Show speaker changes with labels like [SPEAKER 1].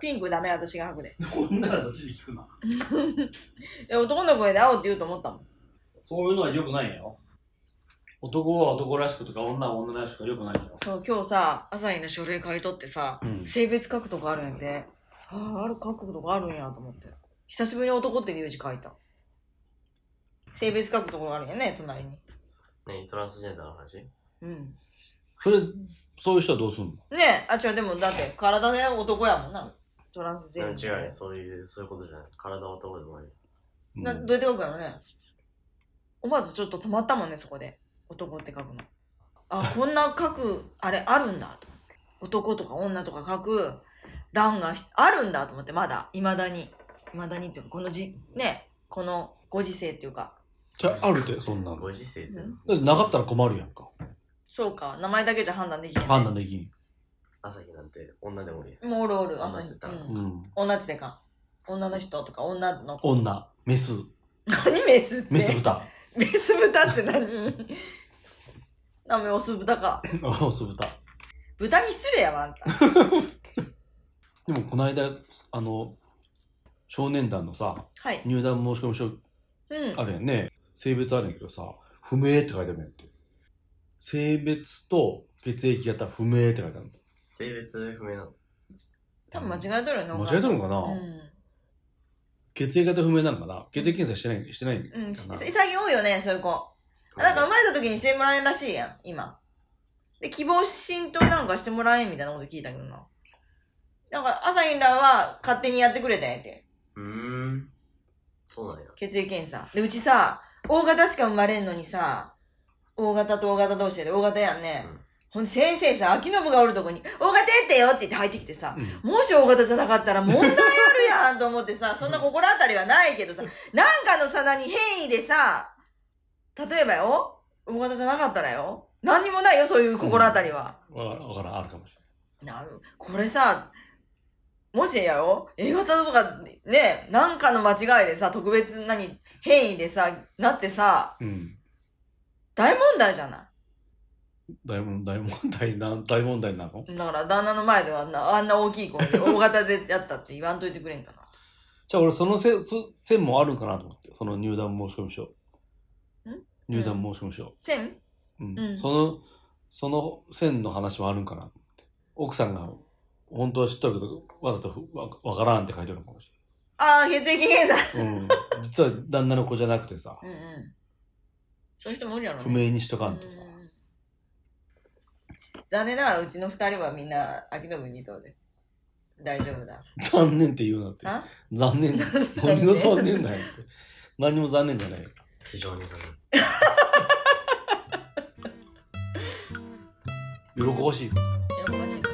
[SPEAKER 1] ピンクダメ、私が白で。
[SPEAKER 2] 女らどっちで聞くな。
[SPEAKER 1] いや男の声で青って言うと思ったもん。
[SPEAKER 2] そういうのは良くないよ。男は男らしくとか女は女らしくが良くないよ。
[SPEAKER 1] そう、今日さ、朝日の書類買い取ってさ、
[SPEAKER 2] うん
[SPEAKER 1] 性別書くとこあるんやて。ああ、ある書くとこあるんやと思って。久しぶりに男っていう字書いた。性別書くとこあるんやね、隣に。
[SPEAKER 3] ねトランスジェンダーの話
[SPEAKER 1] うん。
[SPEAKER 2] それ、そういう人はどうすんの
[SPEAKER 1] ねえ、あ、違う、でもだって、体で男やもんな。トランスジ
[SPEAKER 3] 違
[SPEAKER 1] ェ
[SPEAKER 3] う
[SPEAKER 1] ンダー。
[SPEAKER 3] ね、そういう、そういうことじゃない。体を取るのに。
[SPEAKER 2] うん
[SPEAKER 1] などうやって書くんやろね思わずちょっと止まったもんねそこで男って書くの あこんな書くあれあるんだと男とか女とか書く欄がしあるんだと思ってまだいまだにいまだにっていうかこのじねこのご時世っていうか
[SPEAKER 2] じゃあるって、そんなの。
[SPEAKER 3] ご時世って。
[SPEAKER 1] うん
[SPEAKER 2] だってなかったら困るやんか。
[SPEAKER 1] そうか名前だけじゃ判断できない
[SPEAKER 2] 判断できん。
[SPEAKER 3] 朝日なんて女でもいい。
[SPEAKER 1] もうおるおる朝日、う
[SPEAKER 3] 女って言ったら
[SPEAKER 1] ん、
[SPEAKER 2] うん。
[SPEAKER 1] 女ってか女の人とか女の子
[SPEAKER 2] 女、メス、
[SPEAKER 1] 何メスって
[SPEAKER 2] メス豚。
[SPEAKER 1] メス豚って何 なめオス豚か
[SPEAKER 2] オス豚。
[SPEAKER 1] 豚に失礼やわあんた
[SPEAKER 2] でもこの間、あの、少年団のさ、
[SPEAKER 1] はい。
[SPEAKER 2] 入団申し込み書
[SPEAKER 1] うん。
[SPEAKER 2] あるやんね。性別あるんやけどさ、不明って書いてあるやんって。性別と血液型不明って書いてある
[SPEAKER 3] 性別不明なの。
[SPEAKER 1] 多分間違えとるよね。
[SPEAKER 2] の。間違えたのかな、血液型不明なのかな血液検査してないしてない
[SPEAKER 1] うん。うん。し
[SPEAKER 2] かな
[SPEAKER 1] 最近多いよね、そういう子。あなんか生まれた時にしてもらえんらしいやん、今。で、希望浸透なんかしてもらえんみたいなこと聞いたけどな。なんか、朝日らは勝手にやってくれたんやって。
[SPEAKER 3] うーん。そうなんや。
[SPEAKER 1] 血液検査。で、うちさ、大型しか生まれんのにさ、大型と大型同士で大型やんね。
[SPEAKER 3] うん
[SPEAKER 1] ほんで先生さ、秋信がおるとこに、大型やってよって言って入ってきてさ、
[SPEAKER 2] う
[SPEAKER 1] もし大型じゃなかったら問題あるやんと思って さ、そんな心当たりはないけどさ、なんかのさ、何変異でさ、例えばよ、大型じゃなかったらよ、何にもないよ、そういう心当たりは。
[SPEAKER 2] ん。わからんわからん、あるかもし
[SPEAKER 1] なんこれさ、もしやよ、A 型とかね、なんかの間違いでさ、特別何変異でさ、なってさ、
[SPEAKER 2] れない。うん。
[SPEAKER 1] 大問題じゃない
[SPEAKER 2] 大問題、問題、なん大問題なの
[SPEAKER 1] だから旦那の前ではあんなあんな大きい子 で大型でやったって言わんといてくれんかな。
[SPEAKER 2] じゃあ俺そのせそ線もあるんかなと思ってその入団申し込み書入団申し込み書、
[SPEAKER 1] せん
[SPEAKER 2] うん
[SPEAKER 1] うん
[SPEAKER 2] そのその線の話もあるんかなと思って奥さんが本当は知っとるけどわざとふわわからんって書いてあるのかもし
[SPEAKER 1] ああ、血液検査
[SPEAKER 2] れない、うん、実は旦那の子じゃなくてさ
[SPEAKER 1] うんうん。そういう人もおるやろね。
[SPEAKER 2] 不明にしとかんとさ
[SPEAKER 1] うんうんうん残念ながらうちの二人はみんな秋信二頭です。大丈夫だ。
[SPEAKER 2] 残念って言うなって
[SPEAKER 1] あ
[SPEAKER 2] 残念だ何が残念だよって何も残念じゃないよ
[SPEAKER 3] 非常に残念。
[SPEAKER 2] 喜ばしい
[SPEAKER 1] 喜ばしい。